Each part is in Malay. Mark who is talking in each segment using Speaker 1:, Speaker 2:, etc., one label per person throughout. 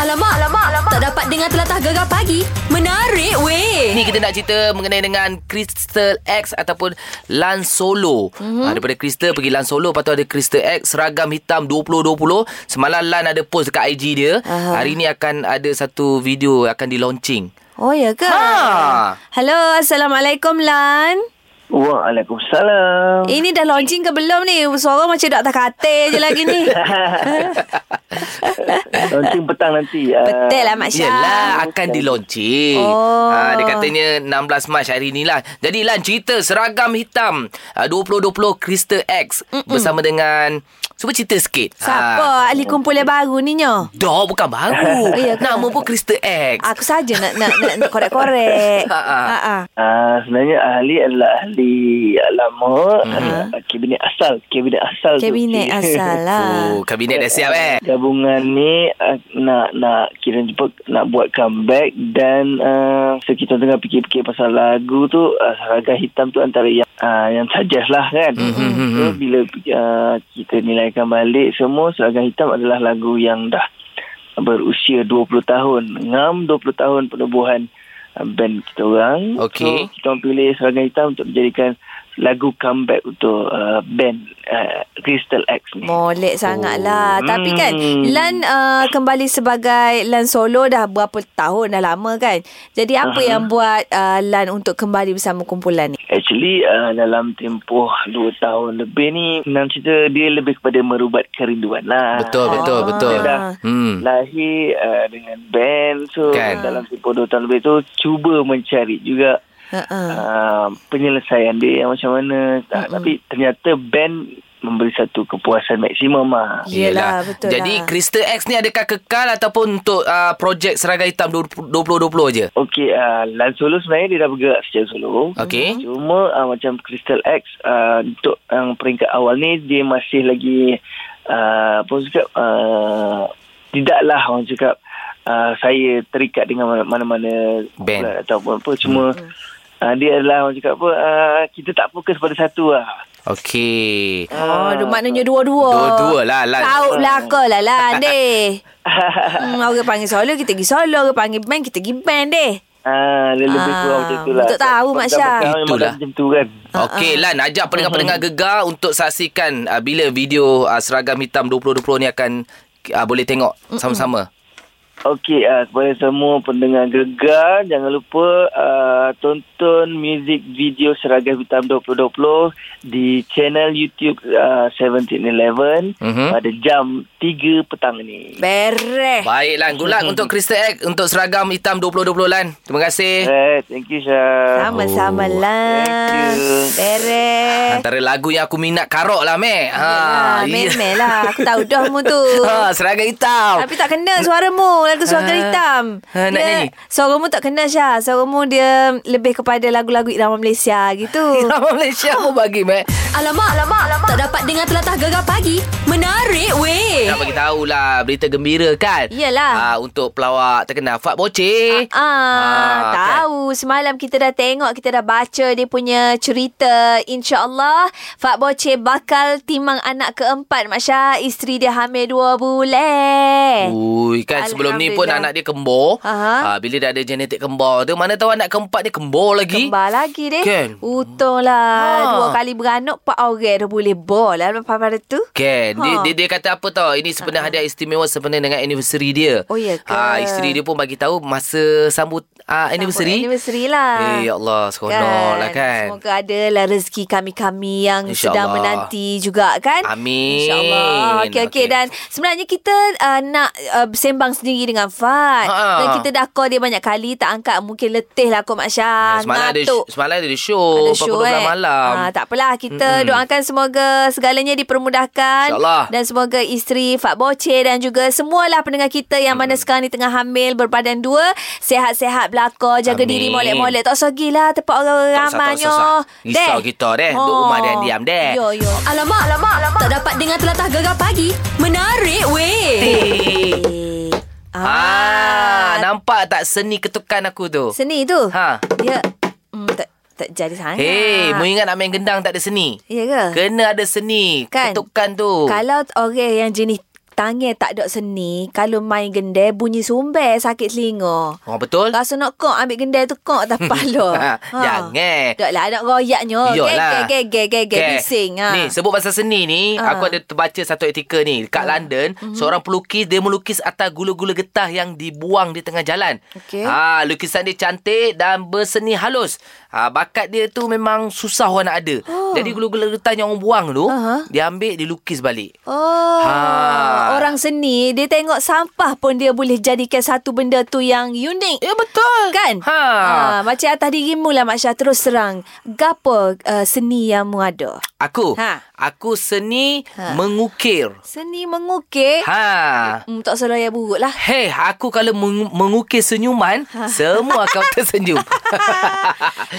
Speaker 1: Alamak, alamak, alamak. Tak dapat dengar telatah gegar pagi. Menarik weh.
Speaker 2: Ni kita nak cerita mengenai dengan Crystal X ataupun Lan Solo.
Speaker 3: Mhm.
Speaker 2: Mm-hmm. Ha, daripada Crystal pergi Lan Solo, lepas tu ada Crystal X seragam hitam 2020. Semalam Lan ada post dekat IG dia.
Speaker 3: Aha.
Speaker 2: Hari ni akan ada satu video akan di launching.
Speaker 3: Oh ya ke?
Speaker 2: Ha.
Speaker 3: Hello, Assalamualaikum Lan.
Speaker 4: Waalaikumsalam.
Speaker 3: Ini dah launching ke belum ni? Suara macam Dr. Katil je lagi ni.
Speaker 4: Nanti petang nanti. ah,
Speaker 3: Eh. Betul lah Mak Syah.
Speaker 2: Yelah akan di launching
Speaker 3: Oh.
Speaker 2: ha, Dia katanya 16 Mac hari ni lah Jadi Lan cerita seragam hitam ah, 2020 Crystal X Mm-mm. Bersama dengan Cuba cerita sikit Ah.
Speaker 3: Siapa ahli kumpulan baru ni nyo?
Speaker 2: Dah bukan
Speaker 3: Oh,
Speaker 2: baru
Speaker 3: ya ke?
Speaker 2: Nama pun Crystal X
Speaker 3: Aku saja nak nak nak, nak korek-korek.
Speaker 2: Ha, ha.
Speaker 3: Ha, ha.
Speaker 4: Ah, sebenarnya ahli adalah ahli lama
Speaker 3: Mm-hmm.
Speaker 4: uh kabinet asal kabinet asal tu.
Speaker 3: Kabinet asal lah.
Speaker 2: Oh, kabinet dah siap eh
Speaker 4: Gabungan ni ah, nak nak kira jumpa nak buat comeback dan uh, so kita tengah fikir-fikir pasal lagu tu uh, Seragam Hitam tu antara yang uh, yang suggest lah kan.
Speaker 2: hmm,
Speaker 4: So bila uh, kita nilaikan balik semua Seragam Hitam adalah lagu yang dah berusia 20 tahun. Ngam 20 tahun penubuhan uh, band kita orang.
Speaker 2: Okey.
Speaker 4: So kita orang pilih Seragam Hitam untuk menjadikan lagu comeback untuk uh, band uh, Crystal X ni.
Speaker 3: Molek sangat lah.
Speaker 4: Oh.
Speaker 3: Tapi kan
Speaker 4: Hmm.
Speaker 3: Lan uh, kembali sebagai Lan Solo dah berapa tahun dah lama kan. Jadi apa
Speaker 2: Uh-huh.
Speaker 4: Aha.
Speaker 3: yang buat uh, Lan untuk kembali bersama kumpulan ni?
Speaker 4: Actually uh, dalam tempoh 2 tahun lebih ni Nam cerita dia lebih kepada merubat kerinduan lah
Speaker 2: Betul, betul,
Speaker 3: Ah.
Speaker 2: betul.
Speaker 4: Dia dah
Speaker 2: Hmm.
Speaker 4: lahir uh, dengan band So
Speaker 2: Kan.
Speaker 4: kan. dalam tempoh 2 tahun lebih tu cuba mencari juga
Speaker 3: Uh-uh.
Speaker 4: uh, penyelesaian dia yang macam mana uh, Tapi ternyata band memberi satu kepuasan maksimum lah
Speaker 3: Yelah, betul lah.
Speaker 2: Jadi Crystal X ni adakah kekal ataupun untuk uh, projek seragam hitam 20- 2020 je?
Speaker 4: Okey, uh, Lan Solo sebenarnya dia dah bergerak secara solo.
Speaker 2: Okey.
Speaker 4: Cuma uh, macam Crystal X uh, untuk yang peringkat awal ni dia masih lagi uh, apa orang cakap uh, tidaklah orang cakap uh, saya terikat dengan mana- mana-mana
Speaker 2: Band.
Speaker 4: kumpulan ataupun apa cuma uh, dia adalah orang cakap apa uh, kita tak fokus pada satu lah.
Speaker 2: Okey.
Speaker 3: Oh, dia maknanya dua-dua.
Speaker 2: Dua-dua lah, Lan.
Speaker 3: Kau belaka lah Lan deh. hmm, orang panggil solo, kita pergi solo. Orang panggil band, kita pergi band deh.
Speaker 4: Ah, dia lebih
Speaker 3: Ah,
Speaker 4: kurang macam tu lah.
Speaker 3: untuk tahu, Mak Syah.
Speaker 2: Itulah.
Speaker 4: Itulah. Macam tu kan.
Speaker 3: Ah,
Speaker 2: Okey Lan, ajak pendengar-pendengar
Speaker 3: Mm-hmm.
Speaker 2: gegar untuk saksikan uh, bila video uh, seragam hitam 2020 ni akan uh, boleh tengok sama-sama.
Speaker 4: Okey, uh, kepada semua pendengar gegar, jangan lupa uh, tonton muzik video Seragam Hitam 2020 di channel YouTube uh, 1711
Speaker 2: Mhm.
Speaker 4: pada jam 3 petang ni.
Speaker 3: Bereh.
Speaker 2: Baik Lan, good luck untuk Crystal X untuk seragam hitam 2020 Lan. Terima kasih.
Speaker 4: Alright, thank you Syah.
Speaker 3: Sama-sama
Speaker 2: Oh.
Speaker 3: Lan.
Speaker 4: Thank you.
Speaker 3: Bereh.
Speaker 2: Antara lagu yang aku minat karok lah, Mek. Ha,
Speaker 3: Eh. Yelah, memel lah. Aku tahu dah mu tu.
Speaker 2: ha, seragam hitam.
Speaker 3: Tapi tak kena suaramu Lagu suara
Speaker 2: Ha.
Speaker 3: hitam
Speaker 2: Ha, nak nyanyi?
Speaker 3: Suaramu tak kena Syah Suaramu dia Lebih kepada lagu-lagu Irama Malaysia gitu
Speaker 2: Irama Malaysia aku bagi, Mek.
Speaker 1: Alamak, alamak, alamak. Tak dapat dengar telatah gegar pagi. Menarik weh.
Speaker 3: Eh.
Speaker 2: Nak bagi tahulah berita gembira kan?
Speaker 3: Yelah.
Speaker 2: Ah, untuk pelawak terkenal Fat Boceh.
Speaker 3: Ah,
Speaker 2: Ah,
Speaker 3: tahu semalam kita dah tengok kita dah baca dia punya cerita insyaallah Fat Boce bakal timang anak keempat Masya isteri dia hamil dua bulan.
Speaker 2: Ui, kan sebelum ni pun
Speaker 3: eh. Alhamdulillah.
Speaker 2: anak dia kembar.
Speaker 3: Aha.
Speaker 2: Ah, bila dah ada genetik kembar tu, mana tahu anak keempat dia kembar lagi.
Speaker 3: Kembar lagi deh.
Speaker 2: Kan?
Speaker 3: Untunglah
Speaker 2: Ha.
Speaker 3: dua kali beranak pak orang dah boleh bol lah lepas pada tu.
Speaker 2: Kan dia,
Speaker 3: Ha.
Speaker 2: dia, dia kata apa tau Ini sebenarnya hadiah istimewa Sebenarnya dengan anniversary dia
Speaker 3: Oh, ya ke?
Speaker 2: ha, Isteri dia pun bagi tahu Masa sambut uh, anniversary
Speaker 3: Sambut Anniversary lah.
Speaker 2: Eh ya Allah Seronok kan. lah kan
Speaker 3: Semoga adalah rezeki kami-kami yang
Speaker 2: Insya
Speaker 3: sedang
Speaker 2: Allah.
Speaker 3: menanti juga kan.
Speaker 2: Amin.
Speaker 3: InsyaAllah. Okey, okey.
Speaker 2: Okey.
Speaker 3: Dan sebenarnya kita uh, nak uh, sembang sendiri dengan Fat.
Speaker 2: Ha.
Speaker 3: Dan kita dah call dia banyak kali. Tak angkat. Mungkin letih lah kot Mak
Speaker 2: Ya,
Speaker 3: Syah.
Speaker 2: Semalam ada
Speaker 3: Ngantuk.
Speaker 2: Semalam ada show
Speaker 3: Ada
Speaker 2: Pukul 12 malam
Speaker 3: Ha, tak apalah kita mm doakan semoga segalanya dipermudahkan
Speaker 2: InsyaAllah.
Speaker 3: dan semoga isteri Fat Boce dan juga semualah pendengar kita yang
Speaker 2: Mm.
Speaker 3: mana sekarang ni tengah hamil berbadan dua sehat-sehat belaka jaga
Speaker 2: Amin.
Speaker 3: diri molek-molek tak usah gila tempat orang
Speaker 2: Tak usah, tak
Speaker 3: ramainya.
Speaker 2: usah, tak usah. Risau kita, deh. Duduk rumah, deh, diam, deh.
Speaker 3: Oh. Yo yo.
Speaker 1: Alamak, alamak, alamak. Tak dapat dengar telatah gegar pagi. Menarik weh.
Speaker 2: Eh.
Speaker 3: Ah.
Speaker 2: Ah, nampak tak seni ketukan aku tu?
Speaker 3: Seni tu.
Speaker 2: Ha.
Speaker 3: Dia mm, tak tak jadi sangat.
Speaker 2: Hei, mu ingat nak main gendang tak ada seni?
Speaker 3: Ya ke?
Speaker 2: Kena ada seni
Speaker 3: Kan?
Speaker 2: Ketukan tu
Speaker 3: Kalau orang yang jenis Tangan tak ada seni, kalau main gendai bunyi sumber sakit telinga.
Speaker 2: Oh betul.
Speaker 3: Rasa nak kok ambil gendai tu kok tak lah. pala.
Speaker 2: Jangan.
Speaker 3: Tak lah, nak royaknya.
Speaker 2: Yolah.
Speaker 3: Gek, gek, gek, gek, bising. Ha.
Speaker 2: lah. Ni, sebut pasal seni ni,
Speaker 3: Ha.
Speaker 2: aku ada terbaca satu artikel ni. Dekat
Speaker 3: Ah.
Speaker 2: London,
Speaker 3: Mhm.
Speaker 2: seorang pelukis, dia melukis atas gula-gula getah yang dibuang di tengah jalan.
Speaker 3: Okey.
Speaker 2: Ha, lukisan dia cantik dan berseni halus. Ha, bakat dia tu memang susah orang nak ada.
Speaker 3: Oh.
Speaker 2: Jadi gula-gula getah yang orang buang tu,
Speaker 3: Aha.
Speaker 2: dia ambil, dia lukis balik.
Speaker 3: Oh,
Speaker 2: Ha.
Speaker 3: orang seni dia tengok sampah pun dia boleh jadikan satu benda tu yang unik.
Speaker 2: Ya, betul.
Speaker 3: Kan?
Speaker 2: Ha.
Speaker 3: ha macam atas dirimu lah Mak Syah terus serang. Gapa uh, seni yang mu ada?
Speaker 2: Aku,
Speaker 3: Ha.
Speaker 2: aku seni
Speaker 3: Ha.
Speaker 2: mengukir.
Speaker 3: Seni mengukir.
Speaker 2: Ha.
Speaker 3: Hmm, tak selalu yang buruk lah.
Speaker 2: Hei, aku kalau meng- mengukir senyuman, semua kau tersenyum.
Speaker 3: Ha.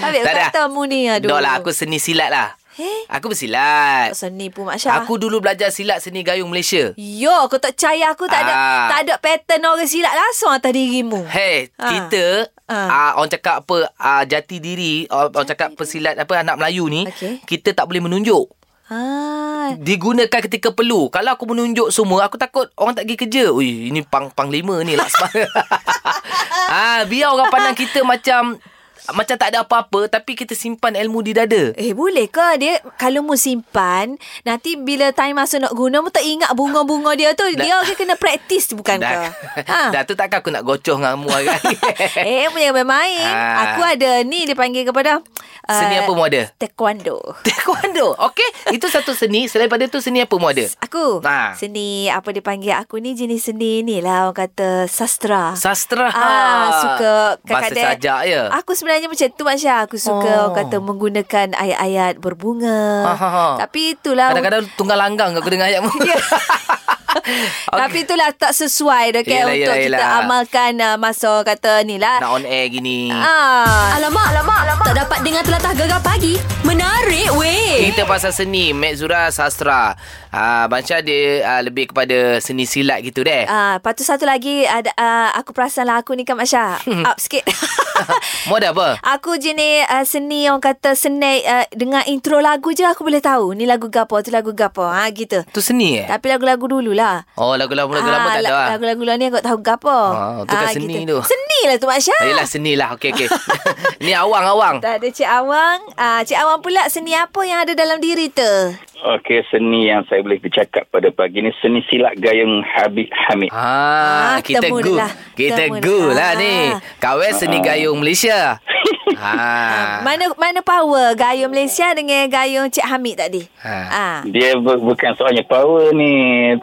Speaker 3: Habis
Speaker 2: Tak ada.
Speaker 3: kata mu ni aduh.
Speaker 2: Dah lah, aku seni silat lah.
Speaker 3: Eh?
Speaker 2: Aku bersilat.
Speaker 3: Seni pun Mak Syah.
Speaker 2: Aku dulu belajar silat seni gayung Malaysia.
Speaker 3: Yo, kau tak percaya aku tak ada
Speaker 2: Ah.
Speaker 3: tak ada pattern orang silat langsung atas dirimu.
Speaker 2: Hei,
Speaker 3: Ha.
Speaker 2: kita
Speaker 3: Ha.
Speaker 2: ah orang cakap apa ah, jati diri, orang orang cakap pesilat apa anak Melayu ni,
Speaker 3: Okey.
Speaker 2: kita tak boleh menunjuk.
Speaker 3: Ah,
Speaker 2: Digunakan ketika perlu. Kalau aku menunjuk semua, aku takut orang tak pergi kerja. Ui, ini pang panglima ni Laksman. ah, biar orang pandang kita macam macam tak ada apa-apa tapi kita simpan ilmu di dada.
Speaker 3: Eh boleh ke dia kalau mu simpan nanti bila time masa nak guna mu tak ingat bunga-bunga dia tu dia dia kena praktis bukan ke?
Speaker 2: Dah,
Speaker 3: Ha.
Speaker 2: dah tu takkan aku nak gocoh dengan kamu hari
Speaker 3: Eh mu jangan main-main.
Speaker 2: Ah.
Speaker 3: Aku ada ni dia panggil kepada uh,
Speaker 2: Seni
Speaker 3: ah.
Speaker 2: apa mu ada?
Speaker 3: Taekwondo.
Speaker 2: Taekwondo. Okey, itu satu seni. Selain pada tu seni apa mu ada?
Speaker 3: Aku
Speaker 2: Ah.
Speaker 3: seni apa dia panggil aku ni jenis seni ni lah orang kata sastra.
Speaker 2: Sastra.
Speaker 3: Ah, suka
Speaker 2: Bahasa
Speaker 3: kadang-kadang-
Speaker 2: sajak ya.
Speaker 3: Aku sebenarnya macam tu Masya Aku suka
Speaker 2: Oh.
Speaker 3: oh. orang kata menggunakan ayat-ayat berbunga
Speaker 2: Ha, ha, ha.
Speaker 3: Tapi itulah
Speaker 2: Kadang-kadang tunggal langgang aku dengar ayatmu.
Speaker 3: Okay. Tapi itulah tak sesuai dah kan
Speaker 2: Yelah,
Speaker 3: untuk
Speaker 2: yelah,
Speaker 3: kita
Speaker 2: yelah.
Speaker 3: amalkan uh, masa kata ni lah.
Speaker 2: Nak on air gini.
Speaker 3: Ah.
Speaker 1: Alamak, alamak, alamak. Tak dapat dengar telatah gegar pagi. Menarik weh.
Speaker 2: Kita pasal seni Mek Zura sastra ah, Bansyah dia ah, Lebih kepada Seni silat gitu deh
Speaker 3: Ah, lepas tu satu lagi ada uh, aku perasan lah aku ni kan Masya up sikit.
Speaker 2: Mu ada apa?
Speaker 3: aku jenis uh, seni orang kata seni uh, dengan intro lagu je aku boleh tahu ni lagu gapo tu lagu gapo ha gitu.
Speaker 2: Tu seni eh?
Speaker 3: Tapi lagu-lagu dululah. Ah,
Speaker 2: Oh lagu-lagu lagu lama tak ada lah
Speaker 3: Lagu-lagu lama ni aku tak tahu gapo.
Speaker 2: Ah, tu kan seni tu.
Speaker 3: Seni lah tu Masya.
Speaker 2: Yelah seni lah Okey okey Ni awang-awang
Speaker 3: Tak ada Cik Awang. Ah, Cik Awang pula seni apa yang ada dalam diri tu?
Speaker 5: Okey, seni yang saya boleh bercakap pada pagi ni seni silat gayung Habib Hamid.
Speaker 3: Ah,
Speaker 2: Ah, kita
Speaker 3: temu
Speaker 2: go.
Speaker 3: dah.
Speaker 2: Kita
Speaker 3: Temu
Speaker 2: go
Speaker 3: dah.
Speaker 2: lah ni. Kawin seni gayung Malaysia. ha.
Speaker 3: Ah, Mana mana power gayung Malaysia dengan gayung Cik Hamid tadi?
Speaker 2: Ha.
Speaker 3: Ah.
Speaker 5: Dia bu- bukan soalnya power ni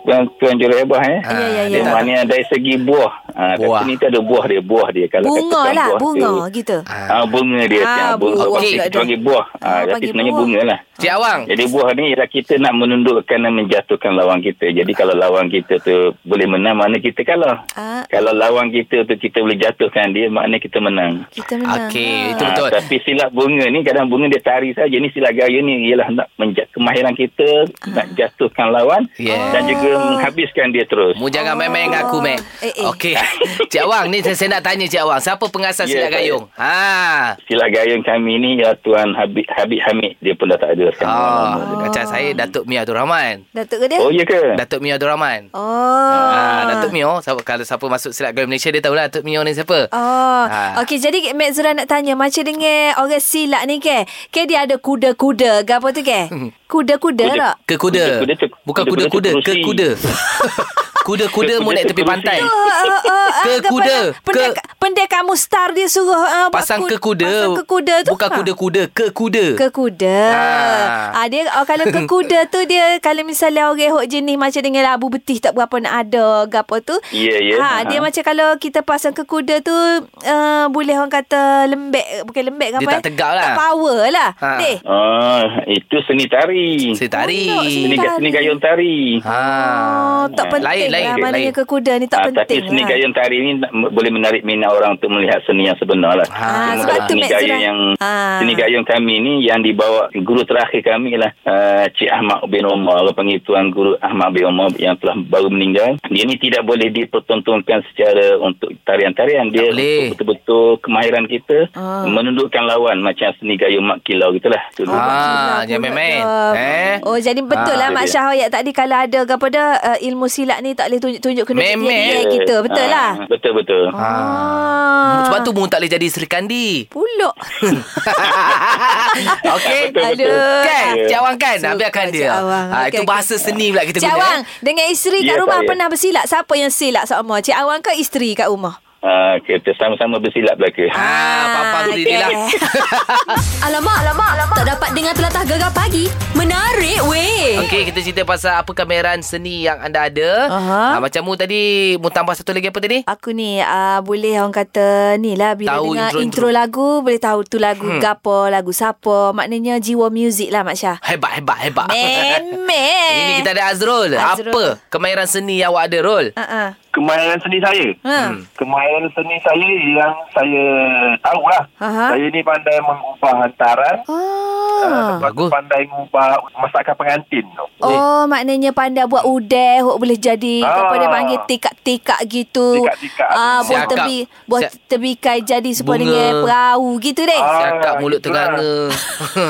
Speaker 5: tuan tuan juru hebah eh.
Speaker 2: Ah, ya, ya, ya.
Speaker 5: Dia maknanya dari segi buah. Ha,
Speaker 2: Buah.
Speaker 5: buah. seni tu ada buah dia, buah dia kalau
Speaker 3: Bunga
Speaker 5: katakan
Speaker 3: lah,
Speaker 5: buah
Speaker 3: bunga
Speaker 5: tu.
Speaker 3: gitu.
Speaker 5: Ah, bunga dia
Speaker 3: Ah,
Speaker 5: ah, bunga.
Speaker 3: buah
Speaker 5: Orang
Speaker 2: pula
Speaker 5: kita
Speaker 3: dia.
Speaker 5: panggil buah. Ah,
Speaker 3: Ah,
Speaker 5: tapi
Speaker 3: panggil
Speaker 5: sebenarnya
Speaker 3: buah.
Speaker 5: bunga lah.
Speaker 2: Cik Awang.
Speaker 5: Jadi buah ni ialah kita nak menundukkan dan menjatuhkan lawan kita. Jadi kalau lawan kita tu boleh menang, maknanya kita kalah.
Speaker 3: Ah.
Speaker 5: Kalau lawan kita tu kita boleh jatuhkan dia, maknanya kita menang.
Speaker 3: Kita menang.
Speaker 2: Okey, itu
Speaker 5: Ah,
Speaker 2: betul.
Speaker 5: tapi silat bunga ni kadang bunga dia tarik saja ni silat gaya ni ialah nak menja- kemahiran kita
Speaker 3: Ah.
Speaker 5: nak jatuhkan lawan
Speaker 2: Yeah.
Speaker 5: dan juga
Speaker 3: Oh.
Speaker 5: menghabiskan dia terus.
Speaker 2: Mu jangan main-main dengan aku, Mek.
Speaker 3: Eh, eh.
Speaker 2: Okey. Cik Awang, ni saya, saya nak tanya Cik Awang. Siapa pengasas
Speaker 5: Ya,
Speaker 2: silat gayung? Ha.
Speaker 5: Silat gayung kami ni ya Tuan Habib Habib Hamid dia pun dah tak ada sekarang.
Speaker 3: Ah.
Speaker 2: Oh, macam saya Datuk Mia Abdul Rahman.
Speaker 3: Datuk ke dia?
Speaker 5: Oh ya ke?
Speaker 2: Datuk Mia Abdul Rahman.
Speaker 3: Oh.
Speaker 2: Ah, Datuk Mio siapa, Kalau siapa masuk silat gayung Malaysia Dia tahulah Datuk Mio ni siapa
Speaker 3: Oh,
Speaker 2: Ah.
Speaker 3: okey jadi Mek Zura nak tanya macam dengan orang silat ni ke? Ke dia ada kuda-kuda ke apa tu ke? Kuda-kuda
Speaker 5: Kuda.
Speaker 3: tak?
Speaker 2: Ke kuda
Speaker 5: Kuda-kuda tu-
Speaker 2: Bukan
Speaker 5: kuda-kuda tu
Speaker 2: kuda-kuda Ke
Speaker 5: kerusi.
Speaker 2: kuda Kuda-kuda mu
Speaker 5: Kuda-kuda
Speaker 2: naik
Speaker 5: tu
Speaker 2: tepi
Speaker 5: kerusi.
Speaker 2: pantai
Speaker 3: Oh, oh, oh,
Speaker 2: Ke
Speaker 3: ah,
Speaker 2: kuda,
Speaker 3: Pendek,
Speaker 2: ke-
Speaker 3: pendek kamu star dia suruh ah, buat
Speaker 2: Pasang
Speaker 3: kud-
Speaker 2: ke kuda
Speaker 3: Pasang ke kuda tu.
Speaker 2: Bukan
Speaker 3: Ah.
Speaker 2: kuda-kuda Ke kuda
Speaker 3: Ke kuda.
Speaker 2: Ah.
Speaker 3: Ah. Ah, dia oh, kalau ke kuda tu dia kalau misalnya orang hok jenis macam dengan labu betih tak berapa nak ada gapo tu.
Speaker 5: Ya, ya.
Speaker 3: Ah,
Speaker 5: Ha.
Speaker 3: dia macam kalau kita pasang ke kuda tu uh, boleh orang kata lembek bukan lembek ke
Speaker 2: Dia
Speaker 3: apa. eh?
Speaker 2: tak tegak lah.
Speaker 3: Tak power lah.
Speaker 2: Ha.
Speaker 3: Ha. Deh.
Speaker 5: Oh, itu seni tari.
Speaker 2: Saya tarik
Speaker 3: Oh,
Speaker 5: Seni,
Speaker 3: seni
Speaker 5: ga- seni
Speaker 3: tari.
Speaker 5: gayung tari.
Speaker 2: ha.
Speaker 3: Oh, tak
Speaker 5: Ah,
Speaker 3: penting
Speaker 2: lain, lain,
Speaker 3: lah.
Speaker 2: lain.
Speaker 3: Maknanya ke kuda ni tak
Speaker 5: Ah,
Speaker 3: penting
Speaker 5: tapi seni
Speaker 3: lah.
Speaker 5: gayung tari ni ni nak, m- boleh menarik minat orang untuk melihat seni yang sebenar lah.
Speaker 2: Ah,
Speaker 5: Cuma
Speaker 3: sebab tu
Speaker 5: seni
Speaker 3: Mat
Speaker 5: gayung
Speaker 3: Zura-
Speaker 5: yang
Speaker 3: Ah.
Speaker 5: seni gayung kami ni yang dibawa guru terakhir kami lah uh, Cik Ahmad bin Omar orang panggil tuan guru Ahmad bin Omar yang telah baru meninggal. Dia ni tidak boleh dipertontonkan secara untuk tarian-tarian dia
Speaker 2: Tak boleh.
Speaker 5: untuk betul-betul kemahiran kita
Speaker 3: Ah.
Speaker 5: menundukkan lawan macam seni gayung Mak Kilau gitulah dulu.
Speaker 3: Oh,
Speaker 2: Ah,
Speaker 3: Gila
Speaker 2: jangan
Speaker 3: pula
Speaker 2: main-main.
Speaker 3: tu.
Speaker 2: Eh.
Speaker 3: Oh jadi betul lah
Speaker 5: Ah,
Speaker 3: Mak
Speaker 5: dia.
Speaker 3: Syah Hoyak tadi kalau ada ke apa dah uh, ilmu silat ni tak boleh tunjuk-tunjuk kena
Speaker 2: Memel.
Speaker 3: dia kita. Betul
Speaker 5: Ah,
Speaker 3: lah.
Speaker 5: Betul betul.
Speaker 3: Ah.
Speaker 2: Sebab tu Mu tak boleh jadi Sri Kandi.
Speaker 3: pulak.
Speaker 2: Okey.
Speaker 5: Betul, betul.
Speaker 3: Aduh. Ah,
Speaker 2: Kan?
Speaker 5: Ya.
Speaker 2: Cik Awang kan? Nak
Speaker 3: Suka
Speaker 2: biarkan
Speaker 3: Cik
Speaker 2: dia.
Speaker 3: Awang.
Speaker 2: Ah,
Speaker 3: Okey,
Speaker 2: itu
Speaker 3: okey.
Speaker 2: bahasa seni pula kita
Speaker 3: Cik
Speaker 2: guna. eh.
Speaker 3: Awang, dengan isteri kat
Speaker 5: Ya,
Speaker 3: rumah
Speaker 5: saya.
Speaker 3: pernah bersilat. Siapa yang silat sama? Cik Awang ke isteri kat rumah?
Speaker 5: Ah, kita sama-sama bersilap lah, belaka.
Speaker 2: Ah, papa tu
Speaker 3: okey.
Speaker 2: dia lah.
Speaker 1: Alamak, alamak, alamak. Tak dapat dengar telatah gegar pagi. Menarik weh.
Speaker 2: Okey, kita cerita pasal apa kameran seni yang anda ada.
Speaker 3: Aha.
Speaker 2: Ah, macam mu tadi, mu tambah satu lagi apa tadi?
Speaker 3: Aku ni uh, boleh orang kata ni lah bila
Speaker 2: Tahu
Speaker 3: tahu dengar
Speaker 2: intro-
Speaker 3: intro,
Speaker 2: intro.
Speaker 3: intro lagu boleh tahu tu lagu hmm. gapo, lagu siapa. Maknanya jiwa muzik lah Mak Syah.
Speaker 2: Hebat, hebat, hebat.
Speaker 3: Memel.
Speaker 2: Ini kita ada Azrul.
Speaker 3: Azrul.
Speaker 2: Apa kemahiran seni yang awak ada, Rul?
Speaker 3: Uh-uh.
Speaker 4: Kemahiran seni saya.
Speaker 3: Ha.
Speaker 2: Hmm.
Speaker 4: Kemahiran seni saya yang saya tahu lah.
Speaker 3: Aha.
Speaker 4: Saya ni pandai mengubah hantaran.
Speaker 3: Oh.
Speaker 4: Lepas tu
Speaker 2: Bagus.
Speaker 4: pandai mengubah masakan pengantin tu.
Speaker 3: Oh, maknanya pandai buat udeh, hok boleh jadi
Speaker 4: Ah.
Speaker 3: apa dia panggil tikak-tikak gitu.
Speaker 4: Tikak-tikak.
Speaker 3: Ah, buat
Speaker 2: Siakap.
Speaker 3: tebi, buat
Speaker 2: Siak-
Speaker 3: tebikai jadi serupa
Speaker 2: Bunga.
Speaker 3: dengan perahu gitu deh.
Speaker 4: Ah.
Speaker 2: Cakap mulut
Speaker 4: itulah.
Speaker 2: teranga.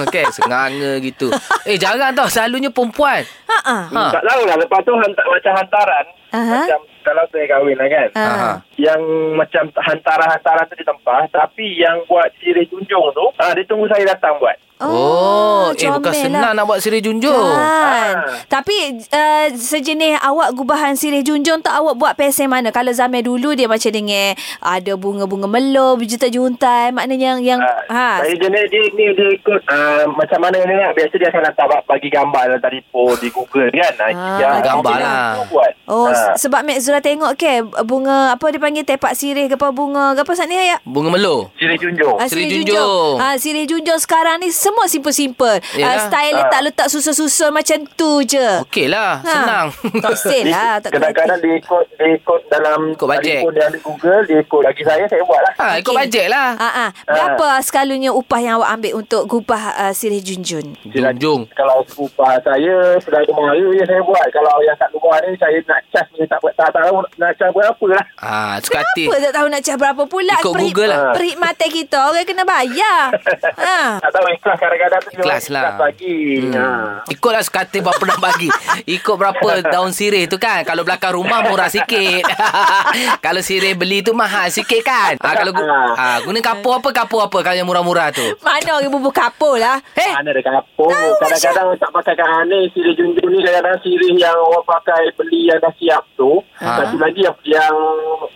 Speaker 2: Okey, senganga gitu. Eh, jarang tau. Selalunya perempuan.
Speaker 3: Ha ah.
Speaker 4: Ha. Tak tahu lah. Lepas tu hantar, macam hantaran.
Speaker 3: Aha.
Speaker 4: Macam kalau saya kahwin lah kan.
Speaker 3: Ha.
Speaker 2: Aha.
Speaker 4: Yang macam hantaran-hantaran tu ditempah. Tapi yang buat sirih junjung tu. ah dia tunggu saya datang buat.
Speaker 2: Oh, eh bukan
Speaker 3: comel lah.
Speaker 2: senang nak buat siri junjung.
Speaker 3: Kan.
Speaker 4: Ah.
Speaker 3: Tapi uh, sejenis awak gubahan sirih junjung tak awak buat pesen mana? Kalau zaman dulu dia macam dengan ada bunga-bunga melur, juta juntai, maknanya yang yang
Speaker 4: Ah,
Speaker 3: ha.
Speaker 4: Saya jenis dia ni dia ikut ah, macam mana dia nak biasa dia akan hantar ba- bagi gambar dalam telefon di Google kan. Ah,
Speaker 3: Ah,
Speaker 4: yang
Speaker 2: gambar
Speaker 4: dia
Speaker 2: lah.
Speaker 4: tu Buat.
Speaker 3: Oh,
Speaker 4: Ah.
Speaker 3: ha. sebab Mek Zura tengok ke bunga apa dia panggil tepak sirih ke apa bunga ke apa sat ni ya?
Speaker 2: Bunga melo.
Speaker 4: Sirih junjung.
Speaker 3: Ah,
Speaker 2: Sirih
Speaker 3: sirih
Speaker 2: junjung.
Speaker 3: junjung. Ah, sirih junjung sekarang ni semua simple-simple. Ah,
Speaker 2: Yalah.
Speaker 3: style letak-letak susun-susun macam tu je.
Speaker 2: Okey lah,
Speaker 3: Ha.
Speaker 2: senang.
Speaker 3: Tak sale lah. Tak
Speaker 4: Kadang-kadang dia ikut, dia ikut dalam
Speaker 2: Ikut bajet.
Speaker 4: telefon dia ada Google, dia ikut lagi saya, saya buat lah.
Speaker 2: Ha, ikut
Speaker 3: Okey.
Speaker 2: bajet lah.
Speaker 3: Ah, ah. Berapa sekalunya upah yang awak ambil untuk gubah uh, sirih junjun?
Speaker 4: lah.
Speaker 2: Junjung.
Speaker 4: Kalau upah saya sudah ada mengara, ya saya buat. Kalau yang kat luar ni, saya nak cas ni tak, tak tahu nak cas berapa lah.
Speaker 2: Ah, suka hati.
Speaker 3: Apa tak tahu nak cakap berapa pula
Speaker 2: Ikut Google lah.
Speaker 3: Perkhidmatan kita Orang kena bayar ha.
Speaker 4: Tak tahu ikhlas kadang-kadang tu. dia
Speaker 2: Ikhlas
Speaker 4: orang
Speaker 2: lah.
Speaker 4: Ikhlas lagi. Hmm.
Speaker 2: Ikutlah sekatil berapa nak bagi Ikut berapa daun sirih tu kan Kalau belakang rumah murah sikit Kalau sirih beli tu mahal sikit kan ha, Kalau gu- ha, guna kapur apa kapur apa Kalau yang murah-murah tu
Speaker 3: Mana orang bubur kapur lah
Speaker 2: Eh
Speaker 4: Mana ada kapur. Kadang-kadang tak pakai kat aneh. Sirih junjung ni kadang-kadang sirih yang orang pakai beli yang dah siap tu.
Speaker 2: Ha.
Speaker 4: Satu lagi yang, yang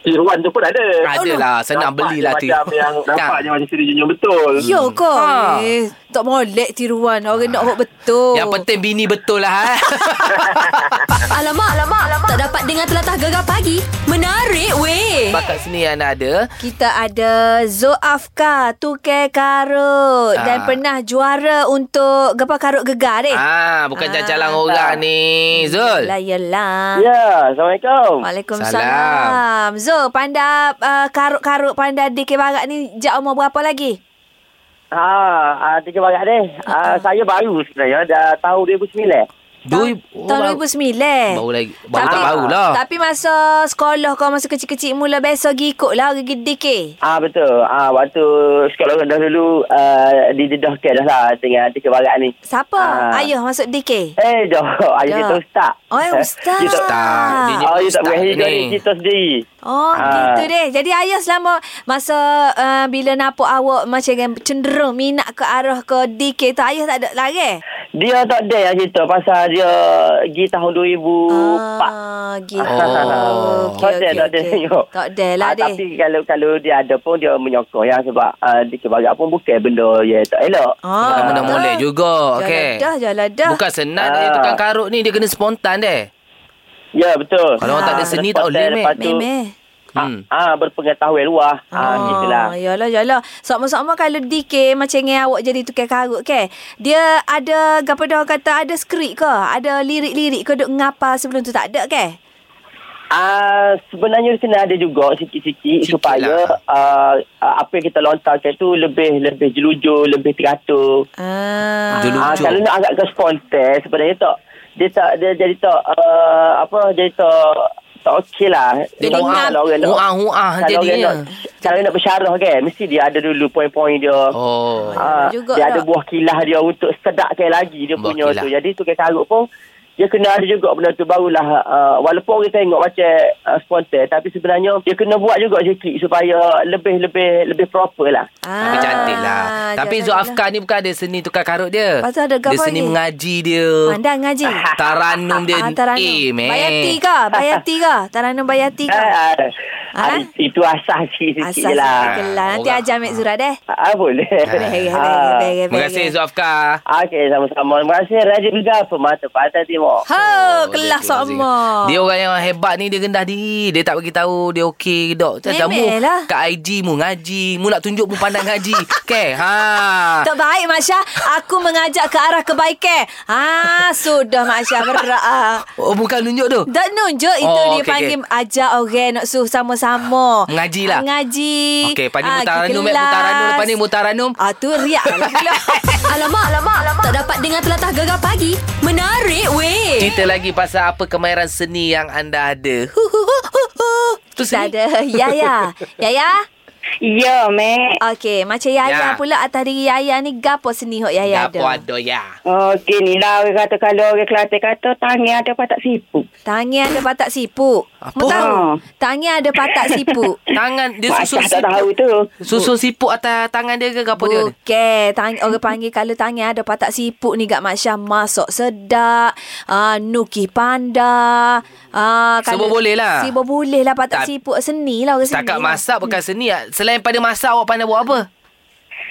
Speaker 4: tiruan tu pun ada.
Speaker 3: Oh,
Speaker 2: Ada lah Senang
Speaker 4: Nampak
Speaker 2: belilah tu Kan?
Speaker 4: dia Macam yang nampaknya macam sirih junjung betul.
Speaker 3: Yo kau
Speaker 2: Ha.
Speaker 3: eh, Tak molek tiruan Orang nak hok betul Ah,
Speaker 2: Yang penting bini betul lah eh.
Speaker 1: Alamak, alamak, alamak. Tak dapat dengar telatah gegar pagi. Menarik weh.
Speaker 2: Bakat sini yang anda ada
Speaker 3: Kita ada Zoafka Tukai Karut
Speaker 2: Ah.
Speaker 3: Dan pernah juara untuk Gepar Karut Gegar eh
Speaker 2: Ah, Bukan
Speaker 3: Ah,
Speaker 2: jalan-jalan orang ni Zul
Speaker 3: Yelah yelah
Speaker 4: Ya, Assalamualaikum.
Speaker 3: Waalaikumsalam Zul pandai uh, Karut-karut pandai DK Barat ni Sejak umur berapa lagi?
Speaker 4: Ha, ah, tiga barat deh.
Speaker 3: Ha.
Speaker 4: Ah, saya baru sebenarnya dah tahun 2009.
Speaker 2: Dui,
Speaker 3: Tahun 2009
Speaker 2: oh, Baru lagi Baru tak baru lah
Speaker 3: Tapi masa sekolah kau masa kecil-kecil mula biasa pergi ikut lah pergi DK.
Speaker 4: Ah betul. Ah waktu sekolah rendah dulu uh, didedahkan dah lah dengan tiga barat ni.
Speaker 3: Siapa?
Speaker 4: Ah.
Speaker 3: Ayah masuk DK.
Speaker 4: Eh, dah.
Speaker 3: Dah.
Speaker 4: Ayah kita ustaz. Eh,
Speaker 3: Oh, ayah ustaz.
Speaker 4: Kita
Speaker 2: Ustaz.
Speaker 3: Ah,
Speaker 2: Dia ni
Speaker 4: Oh, dia tak
Speaker 2: ustaz
Speaker 4: boleh hidup
Speaker 2: ni.
Speaker 4: ni. Kita sendiri.
Speaker 3: Oh,
Speaker 4: Ah.
Speaker 3: gitu deh. Jadi ayah selama masa uh, bila nampak awak macam kan cenderung minat ke arah ke DK tu ayah tak ada lagi.
Speaker 4: Dia tak ada yang cerita pasal dia pergi tahun 2004.
Speaker 3: Ah, gitu.
Speaker 2: Oh.
Speaker 3: Okey, okey,
Speaker 4: tak ada, tak ada
Speaker 3: okey.
Speaker 4: tengok.
Speaker 3: Tak ada lah
Speaker 4: Ah,
Speaker 3: deh.
Speaker 4: Tapi kalau kalau dia ada pun dia menyokong ya sebab uh, di kebarat pun bukan benda yang tak elok.
Speaker 3: Ah,
Speaker 2: Bukan benda
Speaker 3: dah.
Speaker 2: molek juga
Speaker 3: Jalan
Speaker 2: Okey
Speaker 3: dah, jalan dah.
Speaker 2: Bukan senang
Speaker 4: Ah.
Speaker 2: eh, Tukang karut ni Dia kena spontan eh. deh
Speaker 4: Ya, betul.
Speaker 2: Kalau orang
Speaker 3: tak ada
Speaker 2: seni, tak boleh,
Speaker 4: Lepas tu,
Speaker 3: Memeh.
Speaker 2: Hmm.
Speaker 4: Ah, ah berpengetahuan luar. Ah, gitu lah.
Speaker 3: Yalah, yalah. ya Sama-sama kalau DK macam yang awak jadi tukar karut ke. Dia ada, apa dah orang kata, ada skrip ke? Ada lirik-lirik ke duk ngapa sebelum tu tak ada ke?
Speaker 6: Ah, sebenarnya di sini ada juga sikit-sikit
Speaker 2: Sikit
Speaker 6: supaya
Speaker 2: lah.
Speaker 6: ah, ah, apa yang kita lontarkan tu lebih lebih jelujur, lebih teratur.
Speaker 3: Ah.
Speaker 2: Dulu.
Speaker 6: Ah,
Speaker 2: Lucu.
Speaker 6: kalau nak agak ke spontan sebenarnya tak dia tak dia jadi tak uh, apa jadi tak tak okey lah.
Speaker 2: Dia
Speaker 6: Kalau-
Speaker 2: muah,
Speaker 6: kalau orang nak-
Speaker 2: muah, muah
Speaker 6: kalau orang
Speaker 2: jadinya.
Speaker 6: nak kalau nak bersyarah kan mesti dia ada dulu poin-poin dia.
Speaker 2: Oh.
Speaker 6: Ah,
Speaker 3: juga
Speaker 6: dia ada
Speaker 3: tak?
Speaker 6: buah kilah dia untuk sedapkan lagi dia
Speaker 2: Buah
Speaker 6: punya
Speaker 2: kilah.
Speaker 6: tu. Jadi tu kain karut pun dia kena ada juga benda tu barulah uh, walaupun orang tengok macam uh, spontan tapi sebenarnya dia kena buat juga sikit supaya lebih lebih lebih proper lah.
Speaker 2: Tapi
Speaker 3: Ah,
Speaker 2: cantik lah Tapi
Speaker 3: jangan
Speaker 2: Zul
Speaker 3: lah.
Speaker 2: Afkar ni bukan ada seni tukar karut dia
Speaker 3: Lepas tu ada
Speaker 2: Dia
Speaker 3: gambar
Speaker 2: seni
Speaker 3: ni.
Speaker 2: mengaji dia
Speaker 3: Pandang ngaji.
Speaker 2: Taranum dia
Speaker 3: Ah, Taranum.
Speaker 2: Eh meh
Speaker 3: Bayati ke? Bayati ke? Taranum Bayati ke?
Speaker 6: Ah,
Speaker 3: Ah?
Speaker 6: ah, itu asas
Speaker 3: Asas
Speaker 6: sikit-sikit je lah.
Speaker 3: sikit lah. Nanti
Speaker 2: Orang-
Speaker 3: ajar Mek Zura deh.
Speaker 6: Ah, boleh.
Speaker 3: Baik, baik, baik,
Speaker 6: Ah.
Speaker 3: baik.
Speaker 2: Terima kasih Zul Afkar
Speaker 6: Okey, sama-sama. Terima kasih Raja Gegar Pemata Pantai Timur.
Speaker 3: Ha,
Speaker 2: Oh,
Speaker 3: kelas
Speaker 2: dia tu,
Speaker 3: sama.
Speaker 2: Dia orang yang hebat ni Dia rendah diri Dia tak bagi tahu Dia okey ke tak Macam
Speaker 3: Memel
Speaker 2: kamu
Speaker 3: lah.
Speaker 2: Kat IG mu ngaji Mu nak tunjuk mu pandang ngaji Okay ha.
Speaker 3: Tak baik Masya Aku mengajak ke arah kebaikan Ah Sudah Masya Berat ah.
Speaker 2: Oh bukan tunjuk tu
Speaker 3: Tak nunjuk Itu
Speaker 2: Oh,
Speaker 3: dia
Speaker 2: okey,
Speaker 3: panggil Ajak orang Nak suruh sama-sama
Speaker 2: Mengaji lah.
Speaker 3: Mengaji
Speaker 2: Okey, Pani
Speaker 3: Ah, pergi
Speaker 2: Mutaranum, eh, Mutaranum.
Speaker 3: kelas.
Speaker 2: Pani Mutaranum.
Speaker 3: Ah tu riak lah
Speaker 1: Alamak, alamak, alamak. Tak dapat dengar telatah gegar pagi. Menarik weh.
Speaker 2: Cerita lagi pasal apa kemahiran seni yang anda ada Tu
Speaker 3: Kita
Speaker 2: seni
Speaker 3: ada Ya, Yaya Yaya
Speaker 7: Ya, Mek.
Speaker 3: ya. Okey Macam Yaya
Speaker 2: Ya.
Speaker 3: pula Atas diri Yaya ni Gapo seni hok Yaya
Speaker 2: Gapo
Speaker 3: ada
Speaker 2: ada ya
Speaker 7: Okey ni lah orang kata kalau orang Kelantan kata tangan ada patak siput.
Speaker 3: Tangan ada patak siput
Speaker 2: Apa?
Speaker 3: Mu tahu
Speaker 7: Ah.
Speaker 3: Tangan ada patak siput
Speaker 2: Tangan dia susun
Speaker 7: Macam tak
Speaker 2: siput.
Speaker 7: tahu tu.
Speaker 2: Susun siput atas tangan dia ke ke apa dia? ni?
Speaker 3: Bukan. Tang orang panggil kalau tangan ada patak siput ni kat Mak Syah masak sedap, ah nuki panda. Ah
Speaker 2: Semua boleh lah.
Speaker 3: Semua boleh lah patak
Speaker 2: Tak-
Speaker 3: siput seni lah orang
Speaker 2: Setakat
Speaker 3: seni. lah.
Speaker 2: masak bukan seni ah. Selain pada masak awak pandai buat apa?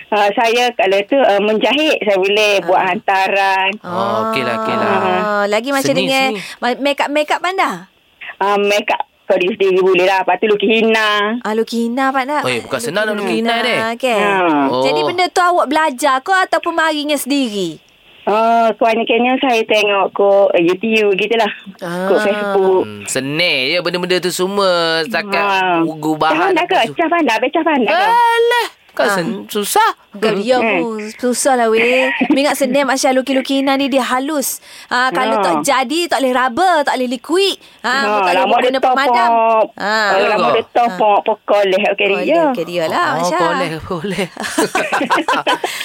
Speaker 7: Uh, saya kalau tu uh, menjahit saya boleh buat hantaran.
Speaker 2: Oh, okey lah, okey lah.
Speaker 3: Ah, lagi macam
Speaker 2: Seni,
Speaker 3: dengan
Speaker 2: seni.
Speaker 3: ma- make up make up panda.
Speaker 7: Uh, make up kau diri sendiri boleh lah. Lepas tu lukis hina.
Speaker 3: Ah lukina panda.
Speaker 2: Eh, bukan senang nak lukis inai deh.
Speaker 3: Okay.
Speaker 7: Ha.
Speaker 2: Oh.
Speaker 3: Jadi benda tu awak belajar ke ataupun marinya sendiri?
Speaker 7: Uh, kebanyakannya saya tengok kot uh, YouTube gitu lah.
Speaker 3: Ah.
Speaker 7: Kot Facebook.
Speaker 2: Hmm, seni je benda-benda tu semua
Speaker 7: Ha.
Speaker 2: setakat ugu
Speaker 7: Cah
Speaker 2: bahan.
Speaker 7: pandai ke?
Speaker 2: apa tu.
Speaker 7: Cah pandai. Habis cah pandai ke?
Speaker 2: Alah, kan
Speaker 3: Ah.
Speaker 2: sen- susah.
Speaker 3: Geria pun susah lah weh. Mingat senem Asyah luki-lukinan ni dia halus. Ha, kalau
Speaker 7: Ya.
Speaker 3: tak jadi tak boleh rubber, tak boleh liquid. Ha, tak
Speaker 7: lama
Speaker 3: boleh
Speaker 7: dia
Speaker 3: kena
Speaker 7: top
Speaker 3: pemadam.
Speaker 7: up.
Speaker 3: Ha.
Speaker 7: Ah, lama
Speaker 2: Ya
Speaker 7: dia
Speaker 2: ke?
Speaker 7: top up. Pekoleh. Okey, ya.
Speaker 3: Boleh,
Speaker 7: dia.
Speaker 3: okey dia lah Asyah.
Speaker 2: Oh, boleh, boleh.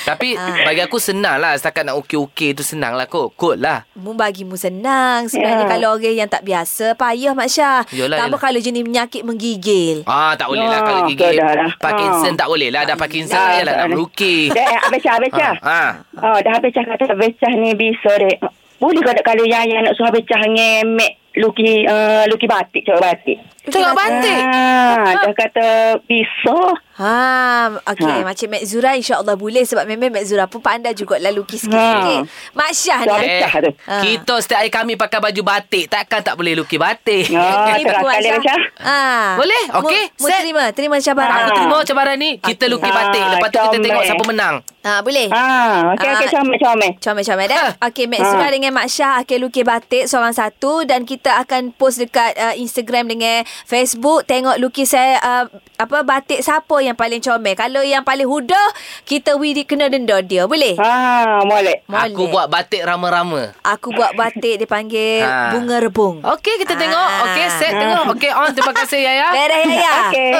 Speaker 2: Tapi
Speaker 3: Ah.
Speaker 2: bagi aku senang lah. Setakat nak okey-okey tu senang lah kot. Kot lah.
Speaker 3: Mu bagi mu senang Sebenarnya
Speaker 7: Ya.
Speaker 3: kalau orang yang tak biasa Payah Mak Syah
Speaker 2: Yolah,
Speaker 3: Tambah
Speaker 2: yolah.
Speaker 3: kalau jenis penyakit menggigil
Speaker 2: Ah, tak boleh lah
Speaker 7: Ya,
Speaker 2: kalau gigit.
Speaker 7: betul dah lah.
Speaker 2: Parkinson
Speaker 7: Ah.
Speaker 2: tak boleh lah. Dah Parkinson
Speaker 7: Ah,
Speaker 2: je lah
Speaker 7: tak
Speaker 2: nak
Speaker 7: boleh.
Speaker 2: melukis.
Speaker 7: Dah eh, habis cah, habis cah.
Speaker 2: Ah.
Speaker 7: Oh, dah habis cah kata habis cah ni bisa dek. Boleh kau tak kalau Yaya nak suruh habis cah ngemek luki uh, luki batik, corak batik.
Speaker 2: Tengok bantik.
Speaker 7: Ah, dah kata bisa.
Speaker 3: Ha, okay,
Speaker 7: Ha.
Speaker 3: macam Mek Zura insyaAllah boleh Sebab memang Mak Zura pun pandai juga lah lukis sikit-sikit Mak Syah ni
Speaker 7: Ha. Dah.
Speaker 2: Eh,
Speaker 7: Pecah tu.
Speaker 3: Ah.
Speaker 2: kita setiap hari kami pakai baju batik. Takkan tak boleh lukis batik.
Speaker 7: Ah,
Speaker 3: Terima
Speaker 7: terasa
Speaker 3: kasih,
Speaker 7: dia
Speaker 3: Aisyah.
Speaker 7: macam.
Speaker 3: Ah.
Speaker 2: Boleh? Okey,
Speaker 3: Mu, mu
Speaker 2: set. Ah,
Speaker 3: terima, terima cabaran.
Speaker 2: Aku terima cabaran ni. Kita
Speaker 3: Okey.
Speaker 2: lukis
Speaker 7: Ah,
Speaker 2: batik. Lepas tu kita
Speaker 7: Comel.
Speaker 2: tengok siapa menang.
Speaker 3: Ah, boleh.
Speaker 7: Ah, okey okey
Speaker 3: Ah.
Speaker 7: comel comel.
Speaker 3: Comel-comel dah.
Speaker 2: Ha.
Speaker 3: Okey, Mek
Speaker 7: Ah.
Speaker 3: Surah dengan Mak Syah akan lukis batik seorang satu dan kita akan post dekat uh, Instagram dengan Facebook tengok lukis saya uh, apa batik siapa yang paling comel. Kalau yang paling hudah, kita widi kena denda dia. Boleh?
Speaker 7: Ah, boleh.
Speaker 3: Boleh.
Speaker 2: Aku buat batik rama-rama.
Speaker 3: Aku buat batik dipanggil
Speaker 2: Ha.
Speaker 3: bunga rebung.
Speaker 2: Okey, kita tengok.
Speaker 3: Ah.
Speaker 2: Okey, set tengok. Okey, on. Terima kasih, Yaya.
Speaker 3: Beres Yaya.
Speaker 7: Okey.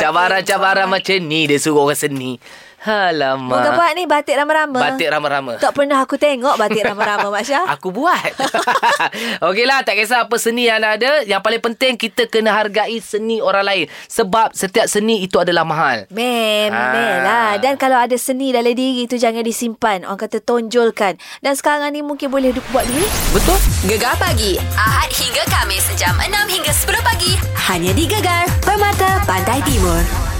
Speaker 2: Cabaran-cabaran macam ni dia suruh orang seni. Alamak.
Speaker 3: Moga buat ni batik rama-rama.
Speaker 2: Batik rama-rama.
Speaker 3: Tak pernah aku tengok batik rama-rama Mak Syah.
Speaker 2: Aku buat. Okeylah, tak kisah apa seni yang anda ada. Yang paling penting, kita kena hargai seni orang lain. Sebab setiap seni itu adalah mahal.
Speaker 3: Memel
Speaker 2: Ah.
Speaker 3: lah. Dan kalau ada seni dalam diri itu jangan disimpan. Orang kata tonjolkan. Dan sekarang ni mungkin boleh du- buat duit.
Speaker 2: Betul?
Speaker 1: Gegar pagi. Ahad hingga Kamis. Jam 6 hingga 10 pagi. Hanya di Gegar. Permata Pantai Timur.